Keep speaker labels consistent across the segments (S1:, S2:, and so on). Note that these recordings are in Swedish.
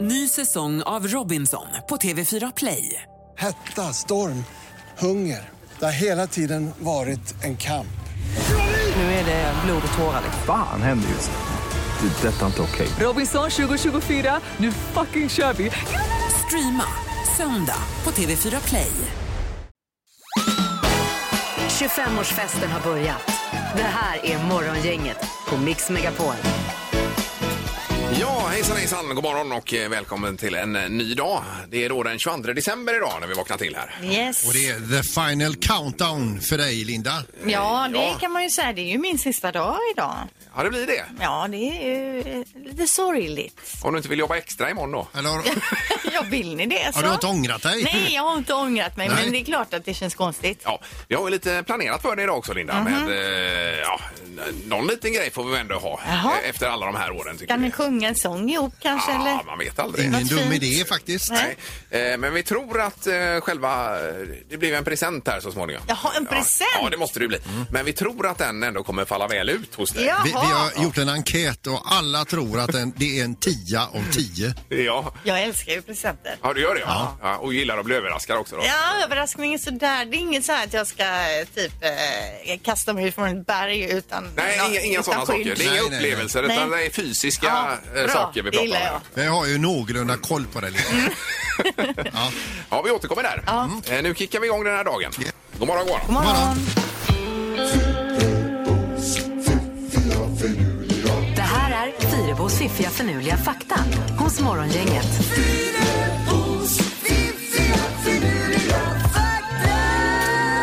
S1: Ny säsong av Robinson på TV4 Play.
S2: Hetta, storm, hunger. Det har hela tiden varit en kamp.
S1: Nu är det blod och tårar. liksom.
S3: Fan händer just nu. Det. är Detta är inte okej.
S1: Robinson 2024, nu fucking kör vi! Streama söndag på TV4 Play.
S4: 25-årsfesten har börjat. Det här är Morgongänget på Mix Megapol.
S5: Ja, hejsan hejsan, god morgon och eh, välkommen till en eh, ny dag. Det är då den 22 december idag när vi vaknar till här.
S6: Yes.
S7: Och det är the final countdown för dig, Linda.
S6: Ja, det
S5: Ja.
S6: kan man ju säga. Det är ju min sista dag idag.
S5: Ja, det blir det.
S6: Ja, det är ju eh, lite sorgligt.
S5: Om du inte vill jobba extra imorgon då.
S7: Eller har,
S6: ja, vill ni det så?
S7: har du inte ångrat dig?
S6: Nej, jag har inte ångrat mig,
S7: Nej.
S6: men det är klart att det känns konstigt.
S5: Ja, vi har ju lite planerat för det idag också Linda,
S6: Mhm.
S5: men eh, ja, n- någon liten grej får vi väl ändå ha
S6: Jaha.
S5: eh, efter alla de här åren tycker
S6: Kan ni
S5: vi.
S6: sjunga en sång ihop kanske?
S5: Ja,
S6: eller?
S5: man vet aldrig.
S7: Ingen
S6: Vad
S7: dum
S6: fint.
S7: idé faktiskt.
S6: Nej.
S5: Eh, Men vi tror att eh, själva... eh, Det blir en present här så småningom.
S6: Jaha, en
S5: Ja,
S6: present? Mm.
S5: Ja, det måste det ju bli. Men vi tror att den ändå kommer falla väl ut hos dig.
S6: Ja.
S7: Vi, vi har gjort en enkät och alla tror att den, det är en tia av tio.
S5: Ja.
S6: Jag älskar ju presenter.
S5: Ja, du gör det? Ja. ja. Och gillar att bli överraskad också då?
S6: Ja, överraskningen sådär. Det är inget så här att jag ska eh, typ eh, kasta mig från ett berg utan
S5: Nej,
S6: någon-
S5: inga, inga
S6: utan
S5: sådana
S6: skydd.
S5: saker. Det är inga
S7: Nej, nej,
S5: upplevelser
S6: nej.
S5: utan
S6: Nej.
S5: det är fysiska eh,
S6: bra.
S5: saker vi
S6: Det gillar
S5: pratar om.
S6: jag.
S7: Men jag har ju någorlunda koll på det. Liksom.
S6: Mm.
S7: Ja.
S5: Ja, vi återkommer där. Eh, Nu kickar vi igång den här dagen. God morgon, god morgon.
S6: God morgon.
S4: Det här är Fyrabos fiffiga förnuliga fakta hos Morgongänget.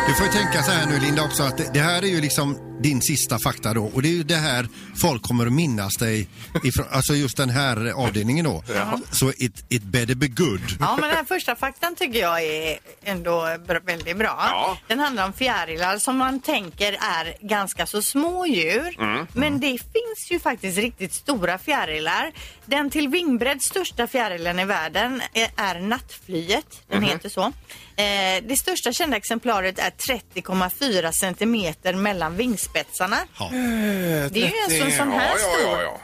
S7: Du får ju tänka så här nu, Linda, också att det, det här är ju liksom din sista fakta då. Och det är ju det här folk kommer att minnas dig ifrån, alltså just den här avdelningen då. Så it, it better be good.
S6: Ja, men den här första faktan tycker jag är ändå br- väldigt bra.
S5: Ja.
S6: Den handlar om fjärilar som man tänker är ganska så små djur.
S5: Mm,
S6: Men det finns ju faktiskt riktigt stora fjärilar. Den till vingbredd största fjärilen i världen är, är nattflyet. Den
S5: Mhm.
S6: heter så. Eh, det största kända exemplaret är 30,4 centimeter mellan vingspetsarna.
S7: Ja.
S6: Det är ju alltså en sån här
S5: ja, ja,
S6: stor.
S5: ja, ja.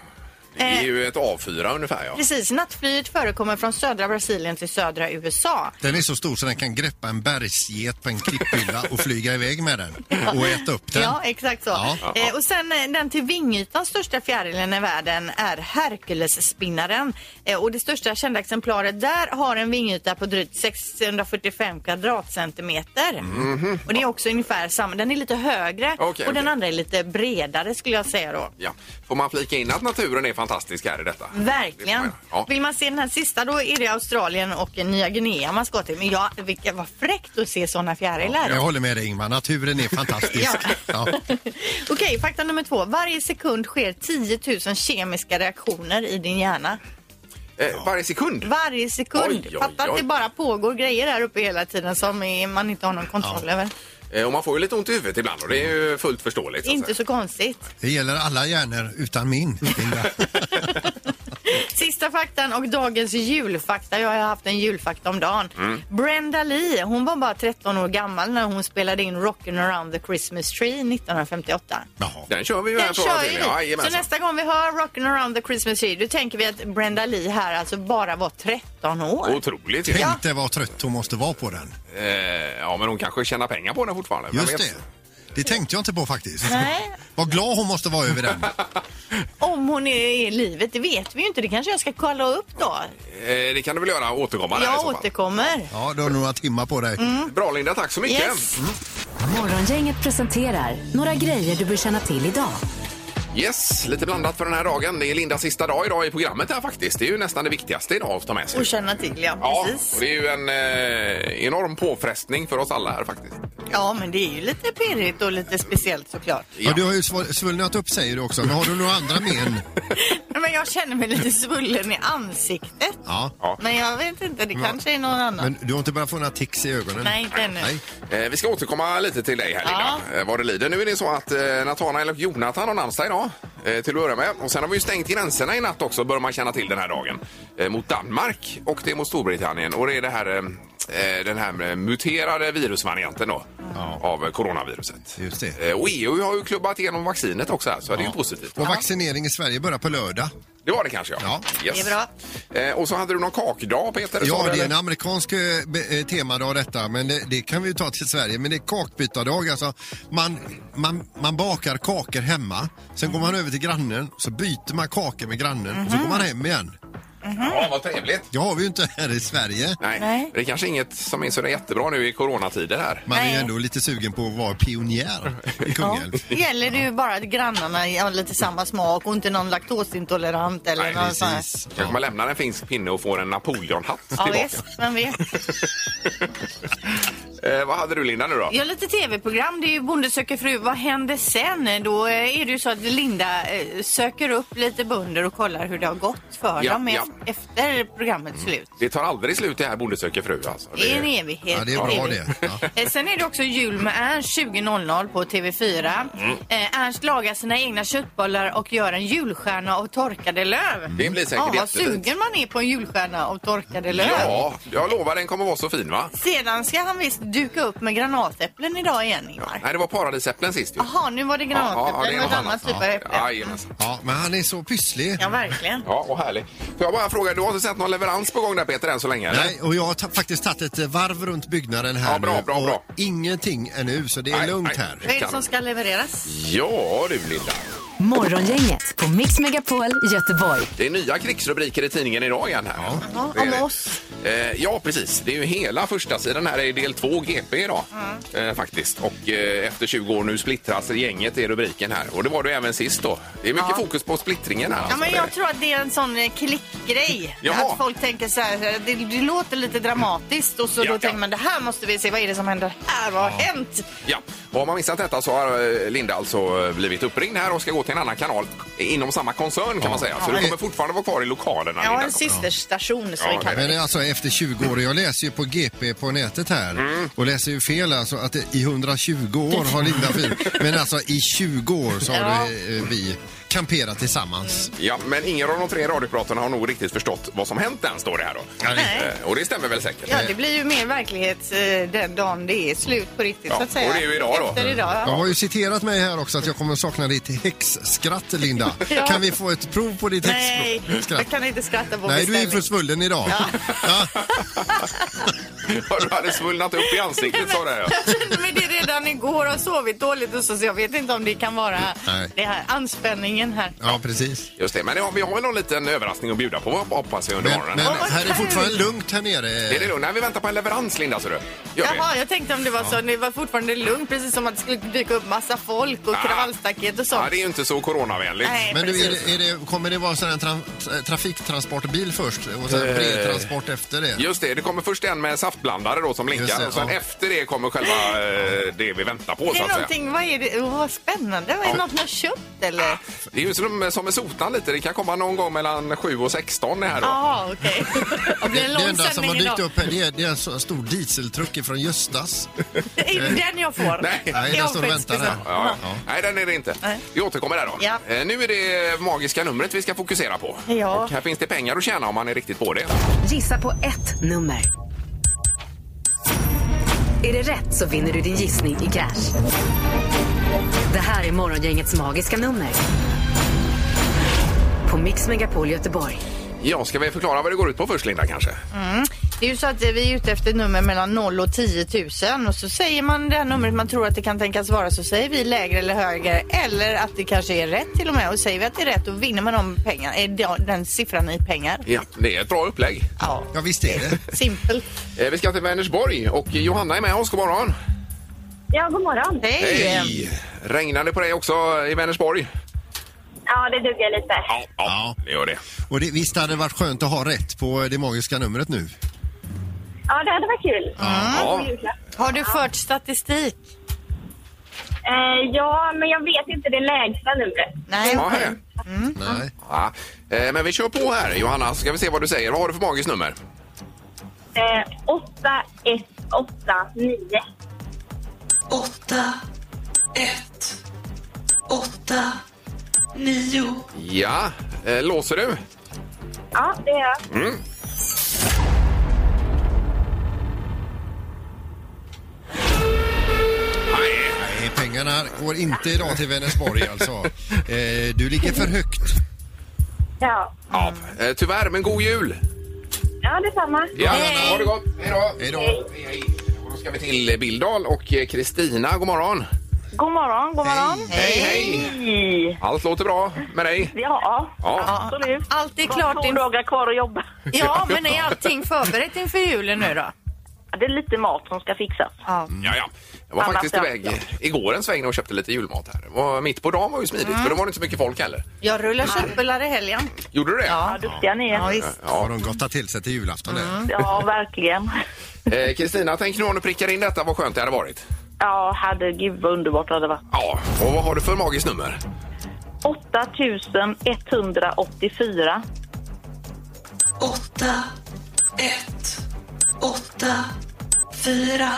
S5: Det är ju ett A4 ungefär. Ja.
S6: Precis, nattflyet förekommer från södra Brasilien till södra USA.
S7: Den är så stor så den kan greppa en bergsget på en klipphylla och flyga iväg med den och äta upp den.
S6: Ja, exakt så.
S7: Ja.
S6: Eh, och sen eh, den till vingytan största fjärilen i världen är Herkulesspinnaren. Eh, och det största kända exemplaret där har en vingyta på drygt 645 kvadratcentimeter. Och det är också ungefär samma. Den är lite högre
S5: Mhm. Okej,
S6: och den
S5: okej.
S6: andra är lite bredare skulle jag säga då.
S5: Ja. Får man flika in att naturen är fantastisk här i detta? Det får
S6: Verkligen.
S5: man göra. Ja.
S6: Vill man se den här sista då är det Australien och Nya Guinea man ska till. Men ja, vilka, vad fräckt att se sådana fjärilar.
S7: Jag håller med dig Ingmar, naturen är fantastisk. Ja.
S6: Okej, fakta nummer två. Varje sekund sker 10 000 kemiska reaktioner i din hjärna.
S5: Eh, varje sekund?
S6: Varje sekund.
S5: Oj, oj,
S6: Fatta att
S5: oj.
S6: det bara pågår grejer här uppe hela tiden som är, man inte har någon kontroll över.
S5: Eh, och man får ju lite ont i huvudet ibland och det är ju fullt förståeligt. att
S6: Inte
S5: säga.
S6: så konstigt.
S7: Det gäller alla hjärnor utan min. Linda.
S6: Sista faktan och dagens julfakta. Jag har haft en julfakta om dagen.
S5: Mm.
S6: Brenda Lee, hon var bara 13 år gammal när hon spelade in Rockin' around the Christmas tree 1958.
S7: Jaha.
S5: Den kör vi ju här
S6: Den
S5: från och
S6: kör
S5: till.
S6: ju
S5: Ja,
S6: vi. Så
S5: jajamensan.
S6: nästa gång vi hör Rockin' around the Christmas tree, då tänker vi att Brenda Lee här alltså bara var 13 år.
S5: Otroligt ju.
S7: Tänk dig vad trött hon måste vara på den.
S5: Eh, ja, men hon kanske tjänar pengar på den fortfarande. Vem
S7: Just
S5: vet?
S7: det. Det tänkte jag inte på faktiskt.
S6: Nej,
S7: Vad glad hon måste vara över den.
S6: om hon är i livet, det vet vi ju inte. Det kanske jag ska kolla upp då.
S5: Eh, det kan du väl göra och återkomma där i
S6: Jag
S5: så fall.
S6: återkommer.
S7: Ja, du har några timmar på dig.
S6: Mm.
S5: Bra Linda, tack så mycket.
S6: Yes.
S4: Morgongänget presenterar några grejer du bör känna till idag.
S5: Yes, lite blandat för den här dagen. Det är Lindas sista dag idag i programmet här faktiskt. Det är ju nästan det viktigaste idag att ta med sig.
S6: Och känna till, ja.
S5: Ja,
S6: Precis.
S5: och det är ju en eh, enorm påfrestning för oss alla här faktiskt.
S6: Ja, men det är ju lite pirrigt och lite speciellt såklart.
S7: Ja, du har ju svull- svullnat upp säger du också, men har du några andra men?
S6: Men jag känner mig lite svullen i ansiktet.
S7: Ja.
S5: Ja.
S6: Men jag vet inte, det kanske är någon annan.
S7: Men du har inte börjat få några tics i ögonen?
S6: Nej, inte ännu.
S7: Nej.
S5: Eh, vi ska återkomma lite till dig här Linda, eh, vad det lider. Nu är det så att eh, Nathanael och Jonathan har namnsdag idag eh, till att börja med. Och sen har vi ju stängt gränserna i natt också, bör man känna till den här dagen. Eh, mot Danmark och det är mot Storbritannien. Och det är det här, eh, eh, den här eh, muterade virusvarianten då, av eh, coronaviruset. E
S7: Just det.
S5: Eh, och EU har ju klubbat igenom vaccinet också här, så det är ju positivt.
S7: Och vaccinering i Sverige börjar på lördag.
S5: Det var det kanske, ja.
S7: Ja.
S5: Yes.
S6: Det är
S5: Eh, och så hade du någon kakdag, Peter? sa
S7: Ja,
S5: du,
S7: det är en
S5: eller?
S7: amerikansk eh, be- eh, temadag detta, men det, det kan vi ju ta till Sverige. Men det är kakbytardag, alltså man, man, man bakar kakor hemma, sen går man över till grannen, så byter man kakor med grannen och så
S5: Mhm.
S7: går man hem igen.
S5: Ja, vad trevligt.
S7: Det har vi ju inte här i Sverige.
S5: Nej.
S6: Nej.
S5: det är kanske inget som är så jättebra nu i coronatider här.
S7: Man är ju
S6: Nej.
S7: ändå lite sugen på att vara pionjär i Kungälv.
S6: Det gäller det ju bara att grannarna har lite samma smak och inte någon laktosintolerant eller
S5: Nej,
S6: någon sån här.
S7: Precis.
S5: Kanske man lämnar en finsk pinne och får en Napoleonhatt
S6: Ja,
S5: tillbaka.
S6: visst, vem vet.
S5: eh, vad hade du, Linda, nu då?
S6: Ja, lite tv-program. Det är ju Bonde söker fru. Vad händer sen? Då eh, är det ju så att Linda eh, söker upp lite bönder och kollar hur det har gått för
S5: Ja,
S6: dem e-
S5: ja.
S6: efter programmets slut.
S5: Det tar aldrig slut det här Bonde söker fru alltså.
S6: Det är en
S5: Det-
S6: evighet.
S7: Ja, det är bra
S6: evigt.
S7: det. Ja.
S6: Eh, Sen är det också jul med Ernst 20.00 på TV4.
S5: Mm.
S6: Eh, Ernst lagar sina egna köttbollar och gör en julstjärna av torkade löv.
S5: Det blir säkert
S6: Ja, vad
S5: jättefint.
S6: sugen man är på en julstjärna av torkade löv.
S5: Ja, jag lovar den kommer vara så fin va?
S6: Sedan ska han visst duka upp med granatäpplen idag igen, Ingmar.
S5: Nej, det var paradisäpplen sist ju.
S6: Jaha, nu var det
S5: Ja, ja, det är
S6: granatäpplen, något
S5: något
S6: annat typ av
S5: Ja,
S6: äpple.
S5: jajamensan.
S7: Ja, men han är så pysslig.
S6: Ja, verkligen.
S5: Ja, och härligt. Får jag bara fråga, du har inte sett någon leverans på gång där Peter än så länge? eller?
S7: Nej, och jag har ta- faktiskt tagit ett eh, varv runt byggnaden här
S5: Ja, bra,
S7: nu,
S5: bra,
S7: och
S5: bra.
S7: ingenting ännu, så det är
S5: Nej,
S7: lugnt
S5: nej.
S7: här.
S6: Vad är det som ska levereras?
S5: Ja du Linda.
S4: Morgongänget på Mix Megapol Göteborg.
S5: Det är nya krigsrubriker i tidningen idag igen här.
S6: Ja,
S5: Det är det.
S6: om oss.
S5: Eh, ja, precis. Det är ju hela första sidan här är del 2 GP idag. Eh, faktiskt. Och eh, efter 20 år nu splittras gänget är rubriken här. Och det var du även sist då. Det är mycket fokus på splittringen här.
S6: Ja,
S5: alltså.
S6: men
S5: Det-
S6: jag tror att det är en sån eh, klickgrej.
S5: Jaha.
S6: Att folk tänker så här, det, det låter lite dramatiskt och så
S5: Ja,
S6: då
S5: ja.
S6: tänker man det här måste vi se, vad är det som händer här? Vad har hänt?
S5: Ja, och har man missat detta så har eh, Linda alltså eh, blivit uppringd här och ska gå till en annan kanal inom samma koncern kan man säga. Så du kommer fortfarande vara kvar i lokalerna.
S6: Ja,
S5: Linda.
S6: en systerstation som
S5: Ja,
S6: vi kallar
S7: Men
S6: det.
S7: det är alltså efter 20 år, jag läser ju på GP på nätet här
S6: Mm.
S7: och läser ju fel alltså att det- i 120 år har Linda Fyrebo, men alltså i 20 år så har
S6: Ja.
S7: det, eh, vi kamperat tillsammans.
S5: Ja, men ingen av de tre radiopratarna har nog riktigt förstått vad som hänt än, står det här då.
S6: Nej.
S5: Eh, Och det stämmer väl säkert?
S6: Ja, det blir ju mer verklighet eh, den dagen det är slut på riktigt
S5: Ja,
S6: så att säga.
S5: och det är ju idag då.
S6: Efter idag,
S7: Jag
S6: ja.
S7: har ju citerat mig här också att jag kommer sakna ditt häxskratt Linda.
S6: Ja.
S7: Kan vi få ett prov på ditt
S6: Nej, jag
S7: häxskratt?
S6: kan inte skratta på
S7: Nej, du är
S6: beställning.
S7: försvullen idag. Ja.
S5: Ja, du hade svullnat upp i ansiktet, sa det. ja.
S6: Jag kände mig det redan igår och har sovit dåligt och så, så jag vet inte om det kan vara
S7: Nej.
S6: det här anspänningen här.
S7: ja, precis.
S5: Just det, men ja, vi har väl någon liten överraskning att bjuda på, hoppas jag, under
S7: Men,
S5: morgonen.
S7: men
S6: vad
S7: här är
S6: kul.
S7: fortfarande lugnt här nere.
S5: Är det lugnt? Nej, vi väntar på en leverans, Linda, ser du. Gör vi.
S6: Jaha, jag tänkte om det var så. Det var fortfarande lugnt, precis som att det skulle dyka upp massa folk och
S5: Ah.
S6: kravallstaket och
S5: Ja,
S6: sånt.
S5: det är ju inte så coronavänligt.
S6: Nej,
S7: Men du, är
S6: precis.
S7: det, är det, kommer det vara sån här tra, tra- trafiktransportbil först och sen
S6: Eh.
S7: brevtransport efter det?
S5: Just det, det kommer först en med saftblandare då som blinkar
S7: Just det,
S5: och sen
S7: ja.
S5: efter det kommer själva eh, det vi väntar på så
S6: Det är
S5: att säga.
S6: någonting, vad är det? Oh, vad spännande. Vad är det något ni har köpt eller?
S5: Det är ju som, som med sotan lite, det kan komma någon gång mellan 7 och 16 det här då.
S6: Jaha, okej. Det blir en
S7: Det
S6: lång
S7: enda som har
S6: sändning
S7: dykt
S6: idag.
S7: upp här det är, det är en så stor dieseltruck ifrån Göstas.
S6: Det är den jag får.
S5: Nej.
S7: Nej, den
S6: Jag
S7: står och
S6: vet
S7: väntar här.
S6: inte.
S5: Ja.
S7: Ja.
S5: Nej, den är det inte.
S6: Nej.
S5: Vi återkommer där då.
S6: Ja.
S5: Eh, Nu är det magiska numret vi ska fokusera på.
S6: Ja.
S5: Och här finns det pengar att tjäna om man är riktigt på det.
S4: Gissa på ett nummer. Är det rätt så vinner du din gissning i cash. Det här är Morgongängets magiska nummer. På Mix Megapol Göteborg.
S5: Ja, ska vi förklara vad det går ut på först Linda kanske?
S6: Det är ju så att eh, vi är ute efter ett nummer mellan 0 och 10 000 och så säger man det här numret man tror att det kan tänkas vara så säger vi lägre eller högre eller att det kanske är rätt till och med och säger vi att det är rätt då vinner man de pengarna, eh, de- den siffran i pengar.
S5: Ja, det är ett bra upplägg.
S6: Ja,
S7: Ja, visst är det.
S6: simpelt.
S5: Eh, Vi ska till Vänersborg och Johanna är med oss. God morgon!
S8: Ja, god morgon.
S6: Hej!
S5: Regnar det på dig också i Vänersborg?
S8: Ja, det duggar lite.
S5: Ja, ja, det gör det.
S7: Och det, visst hade det varit skönt att ha rätt på det magiska numret nu?
S8: Ja, det hade varit kul.
S5: Ja.
S6: Har du fört statistik?
S8: Eh, ja, men jag vet inte det lägsta numret.
S6: Nej.
S5: Ja, här.
S7: Nej.
S5: Ja. Eh, Men vi kör på här Johanna, så ska vi se vad du säger. Vad har du för magiskt nummer?
S8: Eh, 8189.
S9: åtta, ett, åtta, nio.
S5: Ja, eh, låser du?
S8: Ja, det är jag.
S5: Nej.
S7: Nej, pengarna går inte idag till Vänersborg alltså. Eh, du ligger för högt.
S8: Ja.
S5: Ja, eh, tyvärr, men god jul!
S8: Ja, detsamma.
S5: Ja,
S6: Hej.
S5: Ha det gott! Hej då!
S7: Hej då.
S5: Hej, hej. Och då ska vi till Bildal och eh, Kristina. God morgon!
S8: God morgon, god morgon.
S5: Hej, hej!
S8: Hej.
S5: Allt låter bra med dig?
S8: Ja,
S5: Ja.
S8: absolut.
S6: Allt är
S8: Det var
S6: klart.
S8: Två
S6: In...
S8: dagar kvar att jobba.
S6: Ja, men är allting förberett inför julen nu då?
S8: Det är lite mat som ska fixas.
S6: Ja.
S5: Ja, ja. Jag var
S8: Annars
S5: faktiskt
S8: är allt
S5: iväg igår en sväng och köpte lite julmat här. Och mitt på dagen var ju smidigt, för då var det inte så mycket folk heller.
S6: Jag rullar köttbullar i helgen.
S5: Gjorde du det?
S8: Ja, duktiga ni
S6: Ja,
S8: är.
S6: visst.
S7: Har de gottat till sig till julafton? där?
S8: Ja, verkligen.
S5: Eh, Kristina, tänk nu om du prickar in detta, vad skönt det hade varit.
S8: Ja, herregud vad underbart det hade varit.
S5: Ja, och vad har du för magiskt nummer?
S8: 8184.
S9: 8, 1, 8, 4,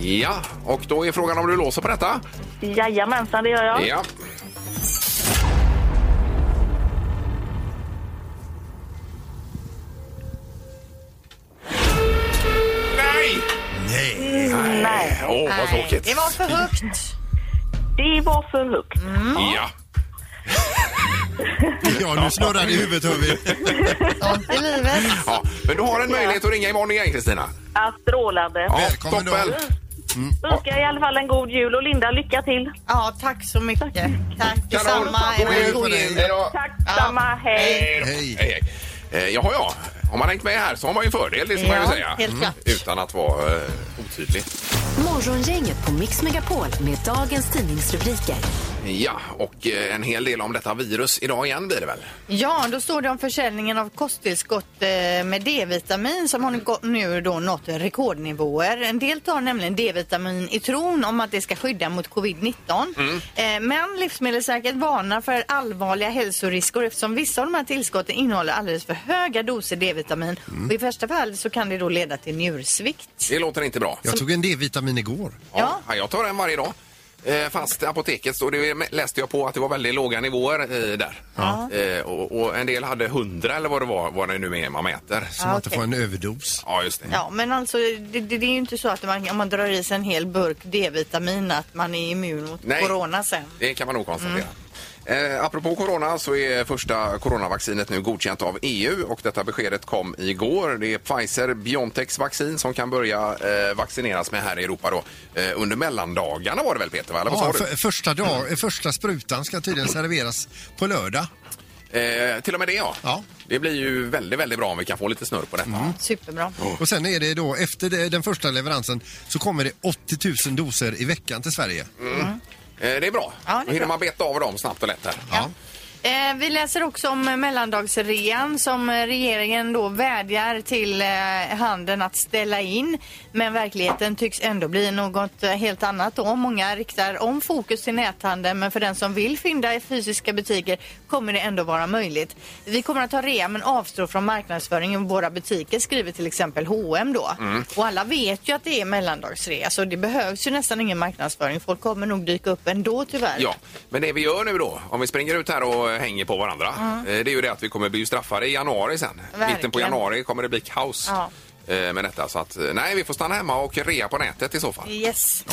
S5: Ja, och då är frågan om du låser på detta?
S8: Jajamensan, det gör jag.
S5: Ja. Nej!
S7: Nej.
S8: Nej,
S5: Åh, vad
S6: Nej,
S5: tråkigt.
S6: Det var för högt.
S8: det var för högt.
S5: Ja.
S7: Ja, nu snurrar det i huvudet hör vi.
S6: Sånt i livet.
S5: ja. Men du har en möjlighet att ringa imorgon igen, Kristina.
S8: Ja, strålande.
S5: Ja,
S7: Välkommen
S5: toppen.
S7: då.
S8: Önskar i alla fall en god jul och Linda, lycka till.
S6: Ja, tack så mycket. Tack
S5: Kanon.
S6: detsamma.
S5: God jul
S7: god
S5: på dig.
S7: jul.
S5: Hej då.
S8: Tack samma, hej.
S7: Hej.
S5: Hej, hej. Eh, Jaha, ja. Har man hängt med här så har man ju en fördel, det ska man ju
S6: Ja,
S5: säga. Mm.
S6: helt klart.
S5: Utan att vara eh, otydlig.
S4: Morgongänget på Mix Megapol med dagens tidningsrubriker.
S5: Ja, och eh, en hel del om detta virus idag igen blir det väl?
S6: Ja, då står det om försäljningen av kosttillskott eh, med D-vitamin som har nu gått- nu då nått rekordnivåer. En del tar nämligen D-vitamin i tron om att det ska skydda mot covid-19. Eh, Men Livsmedelsverket varnar för allvarliga hälsorisker eftersom vissa av de här tillskotten innehåller alldeles för höga doser D-vitamin. Och i värsta fall så kan det då leda till njursvikt.
S5: Det låter inte bra.
S7: Jag tog en D-vitamin igår.
S5: Ja. jag tar en varje dag. Eh, Fast apoteket, och det läste jag på att det var väldigt låga nivåer eh, där. Eh, Och, och en del hade 100 eller vad det var, vad det nu är man mäter.
S7: Så man inte får en överdos.
S5: Ja, just det.
S6: Ja, men alltså det, det, det är ju inte så att man, om man drar i sig en hel burk D-vitamin att man är immun mot
S5: Nej.
S6: corona sen.
S5: Det kan man nog konstatera. Eh, apropå corona så är första coronavaccinet nu godkänt av EU och detta beskedet kom igår. Det är Pfizer Biontechs vaccin som kan börja eh, vaccineras med här i Europa då. Eh, under mellandagarna var det väl Peter? Va? Eller vad
S7: Ja,
S5: sa du?
S7: för, första, dag, eh, första sprutan ska tydligen serveras på lördag.
S5: Eh, till och med det ja.
S7: Ja. Mm.
S5: Det blir ju väldigt, väldigt bra om vi kan få lite snurr på detta.
S6: Superbra.
S7: Och sen är det då, efter det- den första leveransen, så kommer det 80 000 doser i veckan till Sverige.
S5: Eh, det är bra.
S6: Ja, det är
S5: Då hinner
S6: bra.
S5: man beta av dem snabbt och lätt här.
S7: Ja.
S6: Eh, vi läser också om eh, mellandagsrean som eh, regeringen då vädjar till eh, handeln att ställa in. Men verkligheten tycks ändå bli något eh, helt annat då. Många riktar om fokus till näthandeln men för den som vill fynda i fysiska butiker kommer det ändå vara möjligt. Vi kommer att ta rea men avstå från marknadsföring i våra butiker skriver till exempel H&M då. Och alla vet ju att det är mellandagsrea så det behövs ju nästan ingen marknadsföring. Folk kommer nog dyka upp ändå tyvärr.
S5: Ja, men det vi gör nu då, om vi springer ut här och hänger på varandra, eh, det är ju det att vi kommer bli straffade i januari sen.
S6: Verkligen.
S5: Mitten på januari kommer det bli kaos
S6: Ja.
S5: eh, med detta. Så att, eh, nej, vi får stanna hemma och rea på nätet i så fall.
S6: Yes.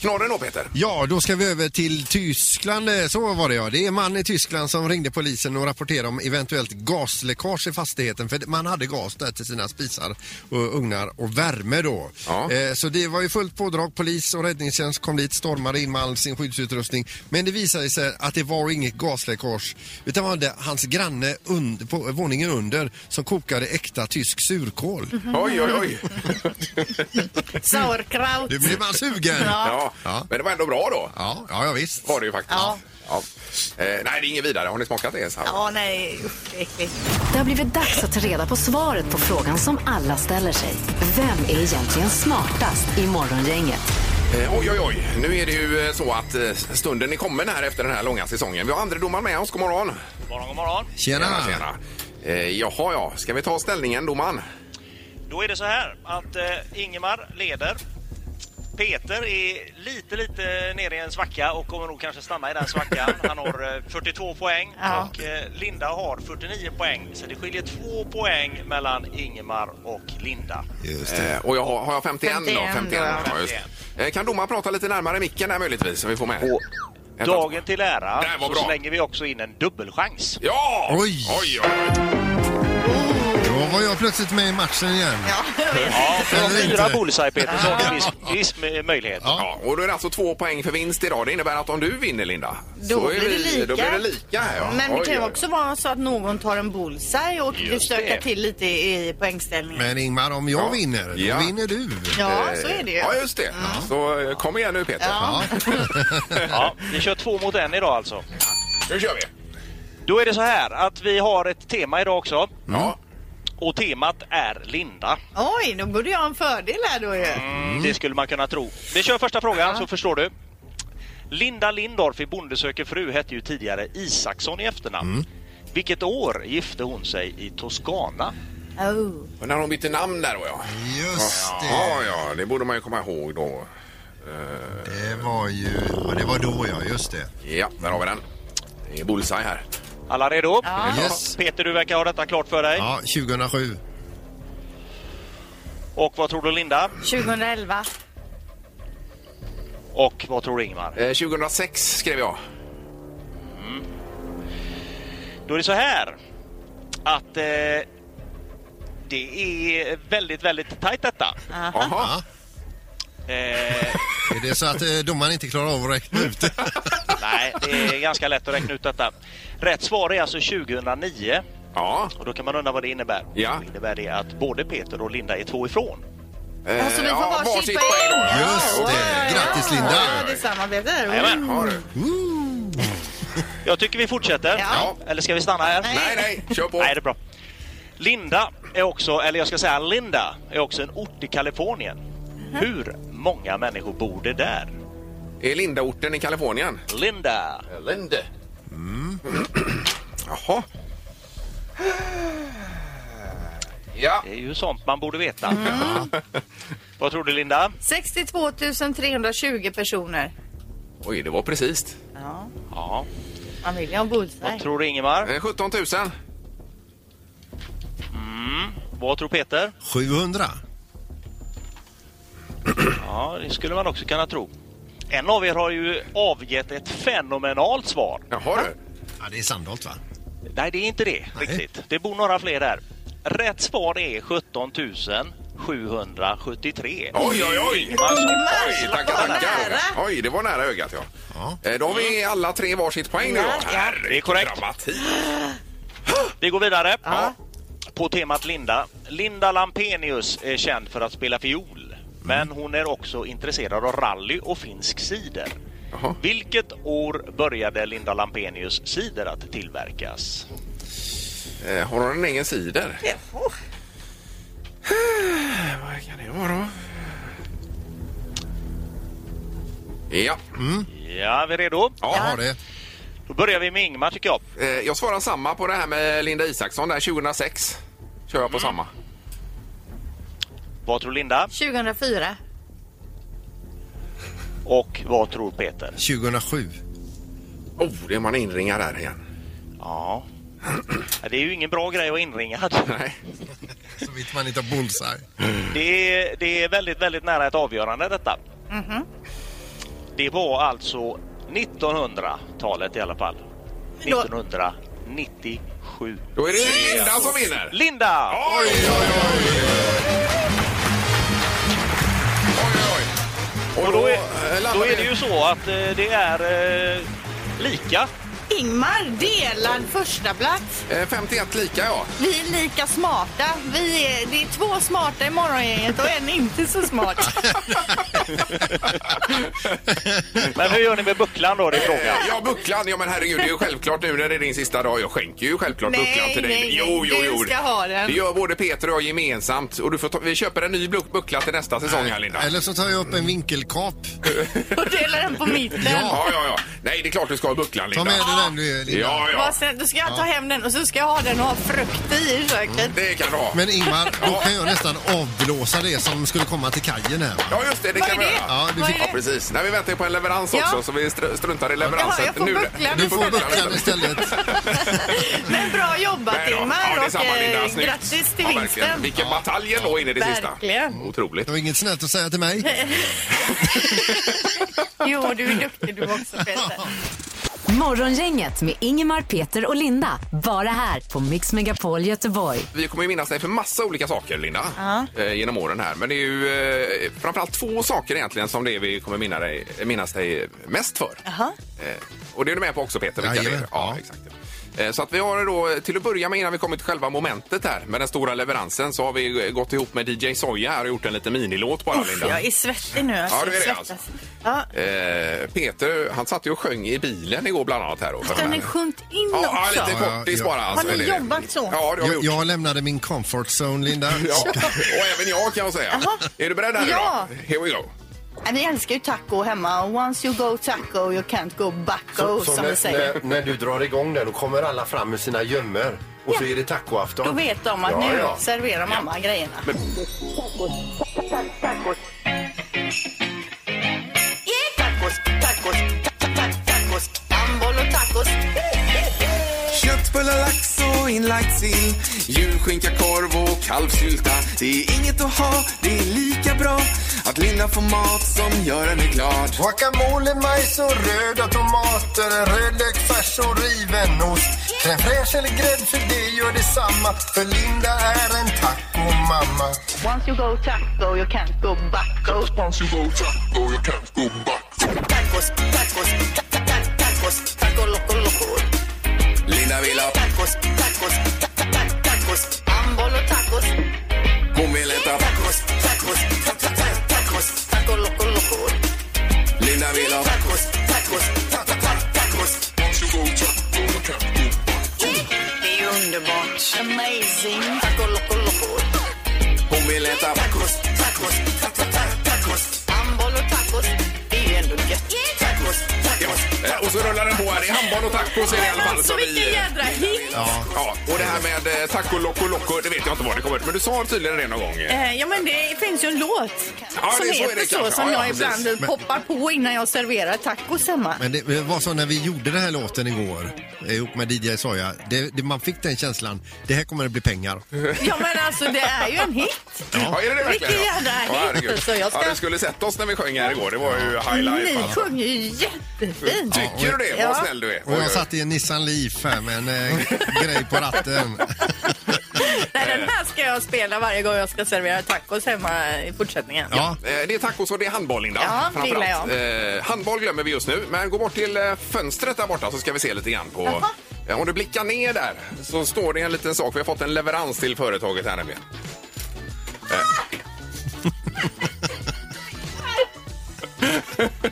S5: Knorren då Peter?
S7: Ja, då ska vi över till Tyskland. Eh, Så var det ja. Det är en man i Tyskland som ringde polisen och rapporterade om eventuellt gasläckage i fastigheten. För man hade gas där till sina spisar och ugnar och värme då.
S5: Ja.
S7: Eh, Så det var ju fullt pådrag. Polis och räddningstjänst kom dit, stormade in med all sin skyddsutrustning. Men det visade sig att det var inget gasläckage. Utan det var det hans granne under, på våningen under som kokade äkta tysk surkål.
S6: Mm.
S5: Oj, oj, oj.
S6: Sauerkraut.
S7: Nu blir man sugen.
S5: ja.
S7: Ja.
S5: Men det var ändå bra då.
S7: Ja, ja, ja visst.
S5: Var det ju faktiskt.
S6: Ja.
S5: Ja. Eh, nej, det är inget vidare. Har ni smakat det? Så här?
S6: Ja, nej, usch, det är äckligt.
S4: Det har blivit dags att ta reda på svaret på frågan som alla ställer sig. Vem är egentligen smartast i Morgongänget?
S5: Eh, oj, oj, oj. Nu är det ju eh, så att eh, stunden är kommen här efter den här långa säsongen. Vi har andre domaren med oss. God morgon.
S10: morgon, god morgon.
S7: Tjena.
S5: Tjena. Eh, jaha, ja. Ska vi ta ställningen, domaren?
S10: Då är det så här att eh, Ingemar leder. Peter är lite, lite nere i en svacka och kommer nog kanske stanna i den svackan. Han har eh, 42 poäng
S6: Ja.
S10: och eh, Linda har 49 poäng. Så det skiljer två poäng mellan Ingemar och Linda.
S5: Eh, och jag har, har jag 51,
S6: 51
S5: då? 51
S6: då, ja.
S5: Ja, just. det. Eh, kan domaren prata lite närmare micken där möjligtvis, så vi får med? Vänta.
S10: Dagen till ära
S5: Där var
S10: så
S5: bra.
S10: slänger vi också in en dubbelchans.
S5: Ja!
S7: Oj.
S5: oj, oj.
S7: Då var jag plötsligt med i matchen igen.
S6: Ja, jag vet.
S10: Ja, från
S7: Eller
S10: fyra
S7: inte.
S10: bullseye Peter så har vi en viss, viss m- möjlighet.
S7: Ja.
S5: Ja, och då är det alltså två poäng för vinst idag. Det innebär att om du vinner, Linda,
S6: Då
S5: är
S6: blir det lika.
S5: Då blir det lika här, ja.
S6: Men
S5: Oj,
S6: det kan ju
S5: oj, oj.
S6: också vara så att någon tar en bullseye och du
S10: Just
S6: stökar
S10: det.
S6: till lite i poängställningen.
S7: Men Ingmar, om jag
S5: Ja.
S7: vinner, då
S5: Ja.
S7: vinner du.
S6: Ja, så är det ju.
S5: eh,
S6: Mm.
S5: Ja, just det. Så eh, kom igen nu, Peter.
S7: Ja.
S10: Ja, vi kör två mot en idag alltså.
S5: Nu kör vi.
S10: Då är det så här att vi har ett tema idag också.
S5: Ja.
S10: Och temat är Linda.
S6: Oj, då borde jag ha en fördel här då ju.
S5: Mm.
S10: Det skulle man kunna tro. Vi kör första frågan så förstår du. Linda Lindorff i Bonde söker fru hette ju tidigare Isaksson i efternamn. Vilket år gifte hon sig i Toscana?
S6: Oh.
S5: Och när hon bytte namn där då, ja.
S7: Just det.
S5: Ja, ja, det borde man ju komma ihåg då.
S7: Det var ju... Ja, det var då ja, just det.
S5: Ja, där har vi den. Det är bullseye här.
S10: Alla redo?
S7: Yes.
S10: Peter, du verkar ha detta klart för dig.
S7: Ja, 2007.
S10: Och vad tror du Linda?
S6: 2011.
S10: Och vad tror du Ingmar?
S5: Eh, 2006 skrev jag.
S10: Då är det så här att eh, det är väldigt, väldigt tajt detta.
S5: Ah. Jaha.
S10: Eh,
S7: Är det så att eh, domaren inte klarar av att räkna ut det?
S10: nej, det är ganska lätt att räkna ut detta. Rätt svar är alltså 2009
S5: Ja.
S10: och då kan man undra vad det innebär.
S5: Ja.
S10: Innebär det att både Peter och Linda är två ifrån?
S5: Eh,
S6: Alltså, vi får
S5: ja,
S6: varsitt
S5: varsitt
S6: poäng.
S5: poäng då. ja.
S7: Just det. Grattis Linda.
S6: Ja, det är samarbete.
S10: Jajamän.
S5: Har du?
S10: Jag tycker vi fortsätter.
S6: Ja.
S10: Eller ska vi stanna här?
S5: Nej, nej, kör på.
S10: Nej, det är bra. Linda är också, eller jag ska säga Linda, är också en ort i Kalifornien. Hur många människor bor det där?
S5: Är Lindaorten i Kalifornien?
S10: Linda!
S5: Linde. Jaha. Ja.
S10: Det är ju sånt man borde veta. Vad tror du Linda?
S6: 62 320 personer.
S5: Oj, det var precis.
S6: Ja,
S10: Ja.
S6: man vill ju ha en bullseye.
S10: Vad tror du Ingemar?
S5: Eh, 17 000.
S10: Vad tror Peter?
S7: 700.
S10: Ja, det skulle man också kunna tro. En av er har ju avgett ett fenomenalt svar.
S5: Jaha du.
S7: Ja, det är Sandholt va?
S10: Nej, det är inte det
S7: Nej.
S10: riktigt. Det bor några fler där. Rätt svar är 17 773.
S5: Oj, oj, oj! Oj, tackar, tackar.
S6: nära.
S5: Oj, det var nära ögat ja.
S7: Ja.
S5: Eh, Då har vi alla tre varsitt poäng nu då. Herregud,
S10: Det är korrekt.
S5: Dramatik.
S10: Vi går vidare. På temat Linda. Linda Lampenius är känd för att spela fiol. Men
S5: Mm.
S10: hon är också intresserad av rally och finsk cider.
S5: Jaha.
S10: Vilket år började Linda Lampenius cider att tillverkas?
S5: Eh, Har hon en egen cider? Vad kan det vara då? Ja,
S10: Ja, vi är redo?
S7: Jag har det.
S10: Då börjar vi med Ingmar tycker jag.
S5: eh, jag svarar samma på det här med Linda Isaksson där 2006. Kör jag på samma.
S10: Vad tror Linda?
S6: 2004.
S10: Och vad tror Peter?
S7: 2007.
S5: Oh, det är man inringar där igen.
S10: Ja. Det är ju ingen bra grej att vara inringad.
S5: Nej.
S7: Så vitt man inte har bullseye.
S10: Det är, det är väldigt, väldigt nära ett avgörande detta. Det var alltså 1900-talet i alla fall.
S6: då-
S10: 1997.
S5: Då är det Linda som vinner!
S10: Linda!
S5: Oj, oj, oj! Oj, oj, oj. Och
S10: Och då, är,
S5: eh, landar
S10: då
S5: vi-
S10: är det ju så att eh, det är eh, lika.
S6: Ingmar, delad första plats.
S5: eh, 51 lika, ja.
S6: Vi är lika smarta. Vi är, det är två smarta i morgongänget och en inte så smart.
S10: Men hur gör ni med bucklan då? Det är frågan.
S5: Eh, Ja, bucklan. Ja, men herregud, det är ju självklart nu när det är din sista dag. Jag skänker ju självklart
S6: Nej,
S5: bucklan till dig.
S6: nej, nej.
S5: jo, jo,
S6: Du
S5: jo.
S6: ska ha den.
S5: Det gör både Peter och jag gemensamt. Och du får ta, vi köper en ny buck- buckla till nästa säsong här, Linda.
S7: Eller så tar jag upp en vinkelkap.
S6: Och delar den på mitten.
S5: Ja, ja, ja. Nej, det är klart du ska ha bucklan, Linda.
S7: Ta med dig den du är, Linda.
S5: Ja, ja.
S6: Vad sen- Då ska jag ta hem den och så ska jag ha den och ha frukt i i köket.
S5: Det kan du ha.
S7: Men Ingmar, då
S5: Ja.
S7: kan jag nästan avblåsa det som skulle komma till kajen här.
S5: Ja, just det. Det
S6: Vad
S5: kan
S6: är
S5: vi
S6: det?
S5: göra.
S7: Ja, du
S6: Vad
S7: fick-
S6: är
S5: Ja,
S6: det?
S5: precis. Nej, vi väntar ju på en leverans
S6: Ja.
S5: också, så vi str- struntar i leveransen.
S6: Jaha, jag får bucklan
S7: Du får
S6: istället.
S7: bucklan istället.
S6: Men bra jobbat
S5: Nej då. Ja,
S6: Ingmar
S5: detsamma,
S6: och
S5: Linda.
S6: eh,
S5: Snyggt.
S6: grattis till
S5: Ja, verkligen.
S6: vinsten.
S5: Vilken batalj jag låg in i det sista.
S6: Verkligen.
S5: Otroligt.
S7: Det var inget snällt att säga till mig.
S6: Jo, du är duktig du också Peter.
S4: Morgongänget med Ingemar, Peter och Linda. Bara här på Mix Megapol Göteborg.
S5: Vi kommer ju minnas dig för massa olika saker, Linda, eh, genom åren här. Men det är ju eh, framförallt två saker egentligen som det är vi kommer minna dig, minnas dig mest för. Eh, och det är du med på också, Peter. vilka det är.
S7: Jajamän.
S5: ja, exakt. Eh, Så att vi har då, till att börja med innan vi kommer till själva momentet här med den stora leveransen så har vi eh, gått ihop med DJ Soja här och gjort en liten minilåt bara
S6: Uff,
S5: Linda.
S6: jag är svettig nu. Alltså.
S5: Ja, du är det,
S6: Svettas.
S5: alltså.
S6: Ja.
S5: Eh, Peter, han satt ju och sjöng i bilen igår bland annat här. då, för
S6: Den
S5: de här-
S6: är sjunkit in
S5: Ja, ja,
S6: också.
S5: lite
S7: Ja,
S5: kortis
S7: ja.
S5: bara.
S7: Har
S5: Alltså,
S6: ni
S5: eller-
S6: jobbat så?
S5: Ja, det har vi
S7: Jag,
S5: gjort.
S7: jag lämnade min comfort zone, Linda.
S5: Ja, och även jag kan jag säga. Är du beredd här
S6: Ja.
S5: idag? Here we go.
S6: Nej, Vi älskar ju taco hemma. Once you go taco you can't go backo som vi säger.
S11: du drar igång den, då kommer alla fram med sina gömmor. Och
S6: så Ja. är
S11: det tacoafton.
S6: Då vet de att nu serverar mamma grejerna. Tacos, tacos, ta- ta- tacos, Handboll och tacos.
S11: Köttbullar, lax och inlagd sill. Julskinka, korv och kalvsylta. Det är inget att ha, det är lika bra att Linda får mat som gör henne glad. Guacamole, majs och röda tomater. Rödlök, färs och riven ost. Crème fraîche eller gräddfil, det gör detsamma. För Linda är en tacomamma.
S6: Once you go taco you can't go backo. Tacos, tacos, ta- ta- ta- tacos, taco loco loco.
S11: Linda vill ha
S6: Tacos, tacos, ta- ta- ta- tacos, handboll och tacos.
S11: Hon vill äta
S6: Tacos, tacos, ta- ta- ta- tacos, taco loco loco.
S11: Linda vill ha
S6: Tacos, tacos, ta- ta- ta- tacos. Det är underbart. Amazing. Taco loco loco.
S11: Hon vill äta
S6: Tacos, tacos, ta- ta- ta- tacos, handboll och tacos. Det är ju ändå gött. Tacos,
S5: Ja.
S6: tacos.
S5: Eh, Och så rullar den på här. Det är handboll och tacos i det i alla fall.
S6: Alltså
S5: som
S6: vilken
S5: vi, eh,
S6: jädra hit!
S5: ja, och det här med eh, taco loco loco, det vet jag inte var det kommer ut. Men du sa tydligen det någon gång. eh.
S6: Eh, Ja men det finns ju en låt
S5: Ja,
S6: som
S5: det är så är
S6: heter
S5: det
S6: så,
S5: kanske.
S6: som
S5: Ja, ja,
S6: jag ibland
S5: precis.
S6: poppar på innan jag serverar tacos hemma.
S7: Men det var så när vi gjorde den här låten igår, eh, ihop med DJ Soja, det, det, man fick den känslan, det här kommer att bli pengar.
S6: Ja men alltså det är ju en hit.
S5: Ja, är det det verkligen?
S6: Vilken jädra
S5: Ja, herregud.
S6: hit. Så jag ska...
S5: Ja, du skulle sett oss när vi sjöng här igår. Det var ju highlight.
S6: Ni
S5: Alltså.
S6: sjunger ju jättefint.
S5: Tycker du det?
S6: Ja.
S5: Vad snäll du är.
S7: Och jag satt i en Nissan Leaf här med en eh, grej på ratten.
S6: Nej,
S5: Eh.
S6: den här ska jag spela varje gång jag ska servera tacos hemma i fortsättningen.
S7: Ja,
S5: Eh, Det är tacos och det är handboll, Linda.
S6: Ja, det gillar
S5: framförallt. Eh, handboll glömmer vi just nu, men gå bort till eh, fönstret där borta så ska vi se lite grann på...
S6: Jaha.
S5: Eh, Om du blickar ner där så står det en liten sak. Vi har fått en leverans till företaget här nämligen. Eh.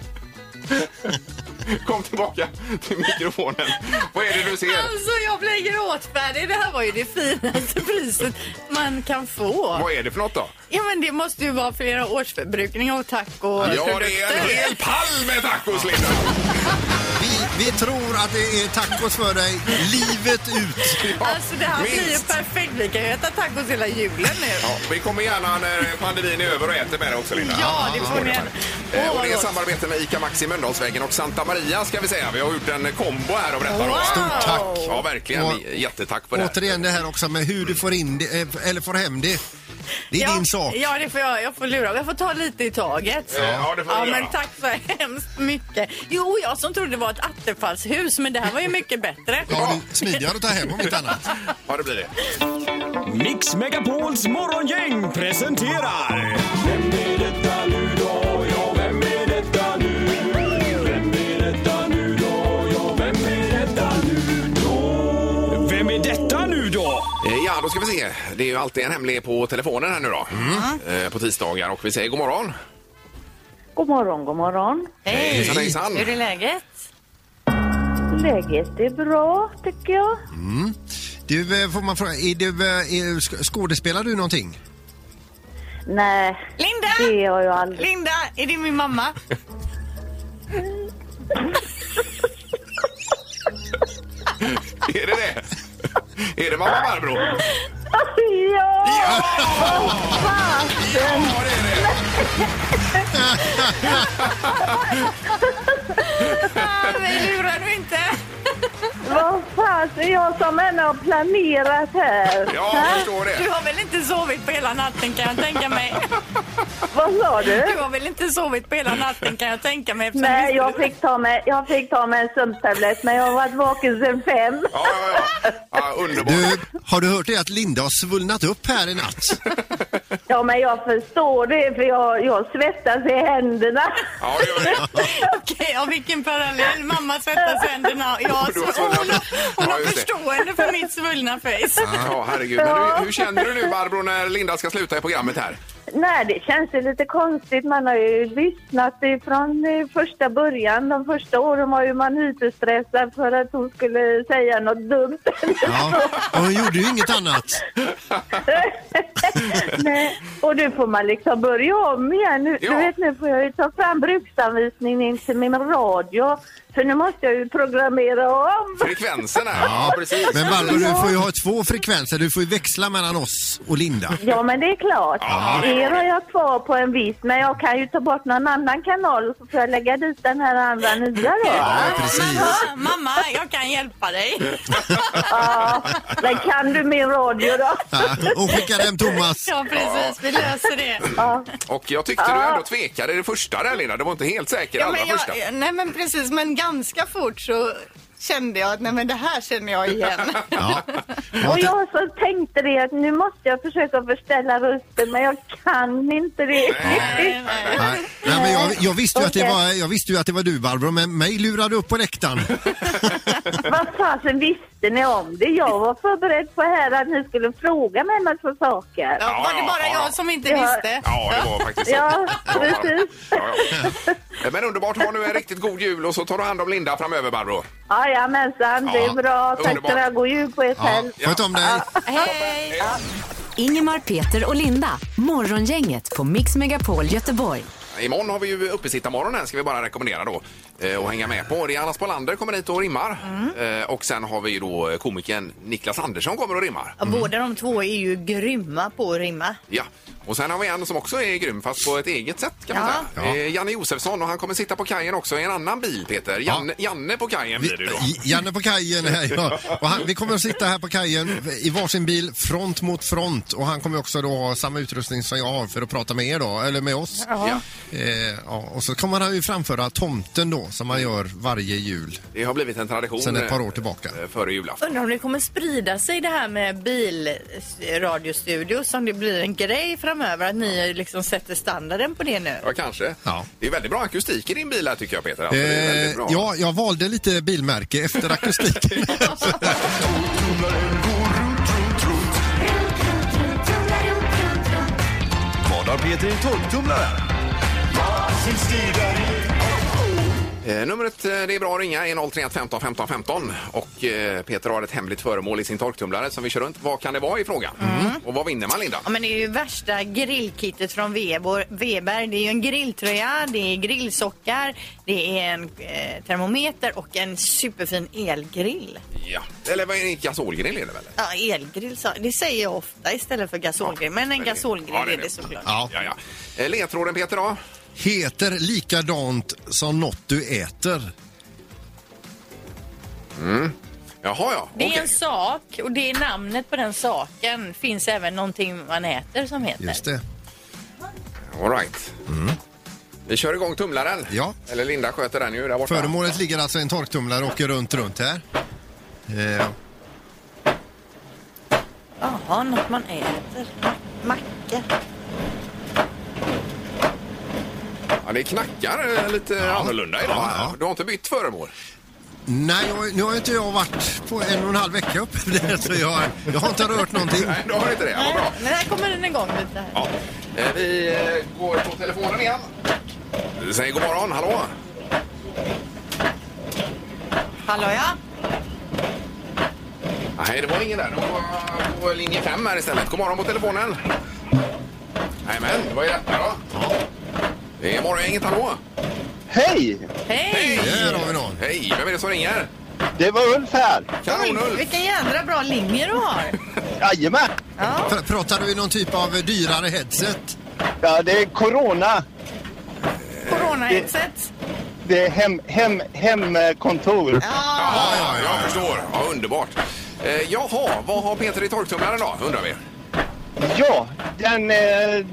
S5: Kom tillbaka till mikrofonen. Vad är det du ser?
S6: Alltså jag blir gråtfärdig. Det här var ju det finaste priset man kan få.
S5: Vad är det för något då?
S6: Ja men det måste ju vara flera års förbrukning av tacoprodukter.
S5: Ja, det är en hel pall med tacos, Linda!
S7: vi, vi tror att det är tacos för dig livet ut.
S6: Alltså det här blir ju
S5: minst.
S6: perfekt. Vi kan ju äta tacos hela julen nu.
S5: Ja, vi kommer gärna när pandemin är över och äter med det också, Linda.
S6: Ja, det får ni
S5: Eh,
S6: gärna. Åh,
S5: och
S6: vad
S5: det är
S6: gott.
S5: samarbete med ICA Maxi Mölndalsvägen och Santa Maria ska vi säga. Vi har gjort en kombo här av detta. då.
S6: Wow! Stort tack.
S5: Ja, verkligen.
S7: Och-
S5: Jättetack för det. här.
S7: Återigen det här också med hur du får in det, eh, eller får hem det. Det är
S6: ja,
S7: din sak.
S6: Ja, det får jag, jag får lura. Jag får ta lite i taget.
S5: Ja, det får du
S6: ja
S5: göra.
S6: men tack så hemskt mycket. Jo, jag som trodde det var ett attefallshus, men det här var ju mycket bättre.
S7: Ja, det är smidigare att ta hem om inte annat.
S5: Ja, det blir det.
S1: Mix Megapols morgongäng presenterar... Vem är detta nu då?
S5: Eh, Ja, då ska vi se. Det är ju alltid en hemlig på telefonen här nu då. Eh, På tisdagar och vi säger god morgon.
S8: God morgon, god morgon.
S6: Hej!
S5: Hejsan, hejsan.
S6: Hur är läget?
S8: Läget är bra, tycker jag.
S7: Du, eh, får man fråga, är du, eh, är, sk- skådespelar du någonting?
S8: Nej,
S6: Linda!
S8: det har jag aldrig.
S6: Linda, är det min mamma?
S5: Är det det? Är det mamma Barbro?
S8: Ja! Vad fasen!
S6: Ah, Vi lurar du inte.
S8: Vad fasen, jag som ändå har planerat här.
S5: Ja,
S6: jag förstår det. Du har väl inte sovit på hela natten kan jag tänka mig.
S8: Vad sa du?
S6: Du har väl inte sovit på hela natten kan jag tänka mig. eftersom
S8: Nej,
S6: du-
S8: jag fick, ta mig, jag fick ta mig en sömntablett, men jag har varit vaken sedan fem.
S7: Du, har du hört det att Linda har svullnat upp här i natt?
S8: Ja, men jag förstår det, för jag, jag svettas i händerna.
S5: Ja, det gör det.
S6: Okej, ja, vilken parallell. Mamma svettas i händerna. Jag har, så, hon, har- hon har
S5: just det.
S6: förstående för mitt svullna face.
S5: Ja, herregud. Men hur, hur känner du nu Barbro när Linda ska sluta i programmet här?
S8: Nej, det känns ju lite konstigt. Man har ju lyssnat ifrån eh, första början. De första åren var ju man hyperstressad för att hon skulle säga något dumt.
S7: Ja, och hon gjorde ju inget annat.
S8: Nej. Och nu får man liksom börja om igen. Nu, Du vet, nu får jag ju ta fram bruksanvisningen in till min radio. För nu måste jag ju programmera om.
S5: Frekvensen här.
S7: Men Barbro, du får ju ha två frekvenser. Du får ju växla mellan oss och Linda.
S8: Ja, men det är klart.
S7: Ja.
S8: Er har jag kvar på en viss, men jag kan ju ta bort någon annan kanal och så får jag lägga dit den här andra nya då.
S6: Mamma, mamma, jag kan hjälpa dig.
S8: Ja, men kan du min radio då?
S7: Ja, och skicka hem Thomas.
S6: Ja, precis. Vi löser det.
S5: Och jag tyckte du ändå tvekade i det första där Linda. Du var inte helt säker
S12: Ja,
S5: allra
S12: men
S5: första.
S12: jag, nej men precis, men ganska fort så kände jag att nej men det här känner jag igen.
S8: Och jag så tänkte det att nu måste jag försöka förställa rösten, men jag kan inte det.
S7: Nej, nej, men jag, jag, visste ju att det var, jag visste ju att det var du Barbro, men mig lurade du upp på läktaren.
S8: Vad fasen visste ni om det? Jag var förberedd på här att ni skulle fråga mig en massa saker.
S6: Ja, var det bara jag som inte visste?
S5: Ja, det var faktiskt så.
S8: Ja, precis.
S5: Eh, Men underbart. Ha nu en riktigt god jul och så tar du hand om Linda framöver Barbro.
S8: Ja, jajamensan, det
S5: Ja,
S8: är bra. Tack
S5: underbart.
S8: för det. God jul på er själv.
S7: Sköt om dig.
S8: Hej!
S4: Ingemar, Peter och Linda. Morgongänget på Mix Megapol Göteborg.
S5: Imorgon har vi ju uppesittarmorgon här, ska vi bara rekommendera då eh, att hänga med på. Det är Anna Spolander kommer hit och rimmar. Eh, Och sen har vi ju då eh, komikern Niklas Andersson kommer och rimmar.
S6: Ja, Båda de två är ju grymma på att rimma.
S5: Ja, och sen har vi en som också är grym fast på ett eget sätt kan man
S6: Ja.
S5: säga. Eh, Janne Josefsson och han kommer sitta på kajen också i en annan bil Peter. Janne, Janne på kajen blir det då.
S7: J- Janne på kajen här. Ja. Och han, vi kommer att sitta här på kajen i varsin bil, front mot front. Och han kommer också då ha samma utrustning som jag har för att prata med er då, eller med oss.
S5: Ja.
S7: Eh, ja, och så kommer han ju framföra tomten då, som man gör varje jul.
S5: Det har blivit en tradition.
S7: Sen ett par år
S5: tillbaka. Före julafton.
S6: Undrar om det kommer sprida sig det här med bilradiostudio som det blir en grej framöver att ni liksom sätter standarden på det nu.
S5: Ja, kanske. Det är väldigt bra akustik i din bil här tycker jag Peter. Alltså, det är
S7: Eh,
S5: väldigt bra.
S7: ja, jag valde lite bilmärke efter akustiken.
S5: Vad har Peter i tolvtumlaren? Eh, numret eh, det är bra att ringa är 031 15 15 15 och eh, Peter har ett hemligt föremål i sin torktumlare som vi kör runt. Vad kan det vara i frågan?
S6: Mm.
S5: Och vad vinner man Linda?
S6: Ja, men det är ju värsta grillkittet från Weber. Weber. Det är ju en grilltröja, det är grillsockar, det är en eh, termometer och en superfin elgrill.
S5: Ja. Eller vad är det? Gasolgrill är det väl?
S6: Ja, elgrill, sa- det säger jag ofta istället för gasolgrill. Men en gasolgrill är det såklart.
S7: Ja.
S5: Ja, ja. Eh, Ledtråden Peter då?
S7: Heter likadant som något du äter.
S5: Mm. Jaha ja.
S6: Det är en sak och det är namnet på den saken. Finns även någonting man äter som heter.
S7: Just det.
S5: All right.
S6: Mm.
S5: Vi kör igång tumlaren. Ja. Eller Linda sköter den ju där borta.
S7: Föremålet ligger alltså i en torktumlare och åker runt, runt här. Eh,
S6: Jaha, något man äter. Macka.
S5: Ja, det knackar eh, lite annorlunda idag. Du har inte bytt föremål?
S7: nej, jag, nu har inte jag varit på en och en halv vecka uppe där, så jag, jag har inte rört någonting.
S5: Nej, du har inte det. Vad bra.
S6: Men här kommer den igång lite. Här.
S5: Ja. Eh, Vi eh, går på telefonen igen. Säg god morgon, hallå?
S6: Hallå ja?
S5: Nej, det var ingen där. Det var på linje 5 här istället. God morgon på telefonen. Nej men, vad är detta då? Det är morgongänget, hallå?
S13: Hej!
S6: Hej!
S5: Där har vi någon. Hej, vem är det som ringer?
S13: Det var Ulf här.
S6: Oj, vilken jädra bra linje du har.
S13: Jajamän.
S7: Pr- Pratar du i någon typ av eh, dyrare headset?
S13: Ja, det är corona.
S6: Corona-headset.
S13: Det är hem, hem, hemkontor.
S5: Ja, ja, jag förstår. Ja, underbart. Eh, jaha, vad har Peter i torktumlaren då, undrar vi?
S13: Ja, den... Eh,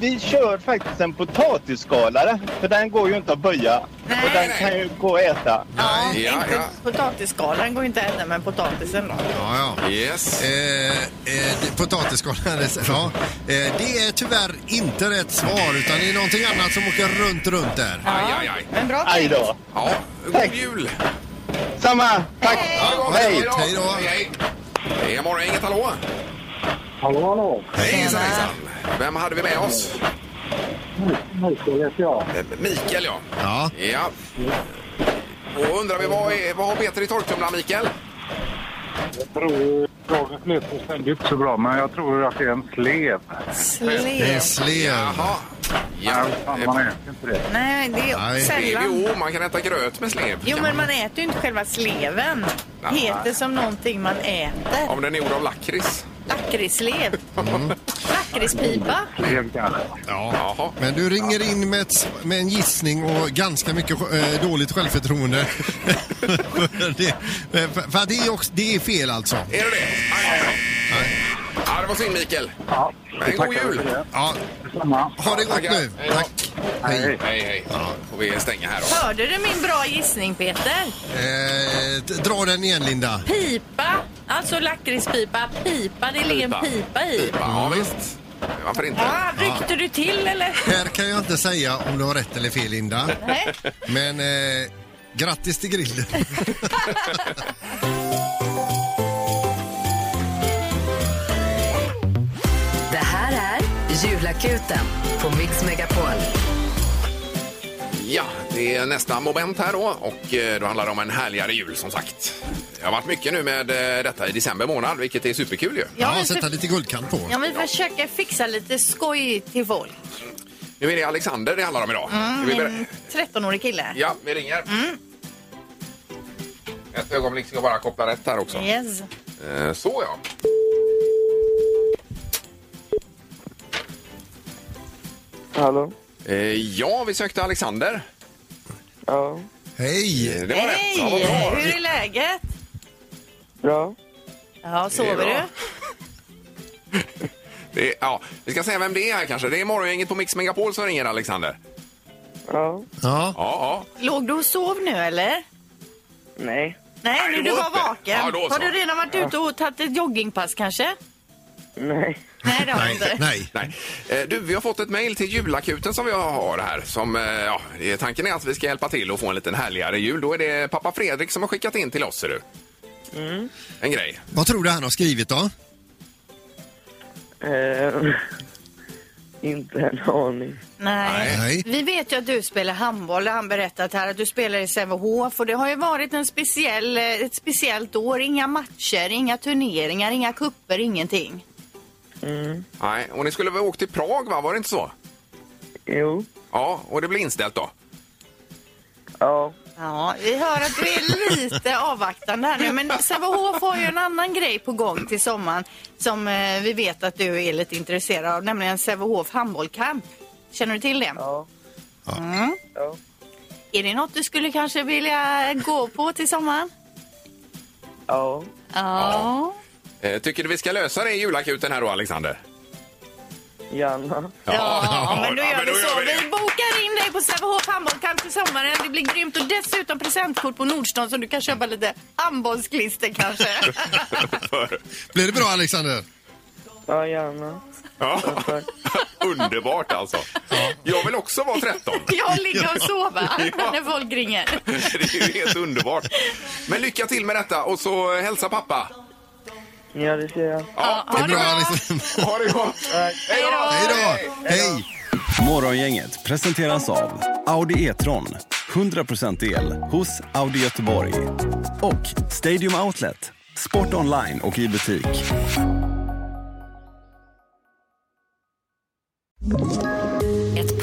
S13: vi kör faktiskt en potatisskalare. För den går ju inte att böja. och den kan ju gå att äta.
S5: Nej, ja, ja.
S6: Potatisskalaren går inte att äta med potatisen. då.
S7: Ja, ja.
S5: Yes.
S7: Eh, eh, det- potatisskalare, ja. Eh, det är tyvärr inte rätt svar utan det är någonting annat som åker runt, runt där.
S5: Aj, aj, aj.
S6: Men bra
S13: Aj då.
S5: Ja, god jul!
S13: Samma. Tack.
S5: Hej!
S13: Hej.
S5: Hej då! Hej, hej! Det är morgon, inget hallå!
S14: Hallå, hallå.
S5: Hejsan, hejsan! Vem hade vi med oss?
S14: Mikael heter jag.
S5: Eh, Mikael, ja.
S7: Ja.
S5: Ja. Och undrar vi, vad, är, vad har Peter i torktumlaren, Mikael?
S14: Jag tror dagens ledtråd stämde inte så bra, men jag tror att det är en slev.
S6: Slev. En
S7: slev.
S5: Jaha. Ja. eh,
S14: Fan, man äter inte det.
S6: Nej, det är sällan.
S5: Jo, man kan äta gröt med slev.
S6: Jo,
S5: kan
S6: men
S5: man.
S6: man äter ju inte själva sleven.
S5: Nej.
S6: Heter som någonting man äter.
S5: Om den är gjord av lakrits.
S6: Lakritslev. Lakritspipa.
S7: Ja.
S5: Jaha.
S7: Men du ringer in med, ett, s- med en gissning och ganska mycket eh, dåligt självförtroende. för, det, eh, för, för att det, är också, det är fel alltså.
S5: Är det det? Aj, aj, aj. Ja, det var synd, Mikael.
S14: Ja.
S5: Men god jul!
S7: Ja,
S14: Detsamma.
S7: ha det gott nu.
S5: Tackar.
S7: Tack.
S5: Hej, hej. Får vi stänga här då?
S6: Hörde du min bra gissning, Peter?
S7: Eh, t- dra den igen Linda.
S6: Pipa. Alltså lakritspipa. Pipa. Det ligger en pipa i.
S5: Pipa, ja visst. Varför inte?
S6: Ah, ryckte du till, eller?
S7: Här kan jag inte säga om du har rätt eller fel Linda.
S6: Nej.
S7: Men eh, grattis till grillen.
S4: Det här är Julakuten på Mix Megapol.
S5: Ja, det är nästa moment här då och eh, då handlar det om en härligare jul som sagt. Det har varit mycket nu med eh, detta i december månad, vilket är superkul ju.
S6: Ja,
S7: Ja,
S6: men
S7: sätta
S6: för-
S7: lite guldkant på.
S6: Ja, vi försöker fixa lite skoj till folk.
S5: Nu är det Alexander det handlar om idag. Är vi
S6: Mm,
S5: beredd?
S6: en 13-årig kille.
S5: Ja, vi ringer. Ett ögonblick ska jag bara koppla rätt här också.
S6: Yes.
S5: Eh, Så ja.
S15: Hallå?
S5: Eh, Ja, vi sökte Alexander. Eh,
S15: Ja.
S7: Hej!
S5: Det var
S6: Hej!
S5: rätt. Ja, vad bra.
S6: Hur är läget?
S15: Bra.
S6: Ja,
S5: Det
S6: sover
S5: är bra.
S6: du?
S5: Det är, ja, vi ska säga vem det är här kanske. Det är morgongänget på Mix Megapol som ringer Alexander.
S15: Ja.
S7: Ja.
S5: Ja,
S6: Låg du och sov nu eller?
S15: Nej.
S6: Nej,
S5: Nej,
S6: nu
S5: du
S6: du
S5: var
S6: var
S5: uppe.
S6: vaken.
S5: Ja, då så.
S6: har du redan varit ute och tagit ett joggingpass kanske?
S15: Nej.
S6: Nej, det har du
S7: Nej,
S6: inte.
S7: nej.
S5: Nej. Eh, Du, vi har fått ett mejl till julakuten som vi har här. Som, eh, ja, det är- tanken är att vi ska hjälpa till och få en liten härligare jul. Då är det pappa Fredrik som har skickat in till oss. Ser du.
S6: Mm.
S5: En grej.
S7: Vad tror du han har skrivit då?
S15: Ehm, inte en aning.
S6: Nej.
S7: Nej.
S6: Vi vet ju att du spelar handboll. Det har Han berättat här att du spelar i Sävehof och det har ju varit en speciell, eh, ett speciellt år. Inga matcher, inga turneringar, inga kupper, ingenting.
S5: Nej. Och ni skulle väl åkt till Prag, va? Var det inte så?
S15: Jo.
S5: Ja, och det blir inställt då?
S15: Ja.
S6: Ja, vi hör att du är lite avvaktande här nu. Men Sävehof har ju en annan grej på gång till sommaren som eh, vi vet att du är lite intresserad av, nämligen Sävehof handbollskamp. Känner du till det?
S15: Ja.
S6: Mm.
S15: Ja.
S6: Är det något du skulle kanske vilja gå på till sommaren?
S15: Ja.
S6: Ja.
S5: Eh, Tycker du vi ska lösa det i julakuten här då, Alexander?
S15: Gärna.
S6: Ja, men då
S5: ja,
S6: gör
S5: men
S6: vi
S5: då
S6: så.
S5: gör vi
S6: vi,
S5: det.
S6: bokar in dig på Sävehof handbollskamp till sommaren. Det blir grymt och dessutom presentkort på Nordstan så du kan köpa lite handbollsklister kanske.
S5: För-
S7: Blir det bra Alexander?
S15: Ja, gärna.
S5: ja.
S15: Tack.
S5: Underbart alltså. Jag vill också vara 13.
S6: Jag ligger och sover när folk ringer.
S5: Det är ju helt underbart. Men lycka till med detta och så hälsa pappa.
S15: Ja, det ser jag.
S5: Ja,
S7: Det är bra Alexander.
S5: ha det gott! Hej då!
S7: Hej då! Hej!
S16: Morgongänget presenteras av Audi E-tron. 100% el hos Audi Göteborg. Och Stadium Outlet. Sport online och i butik.
S4: Ett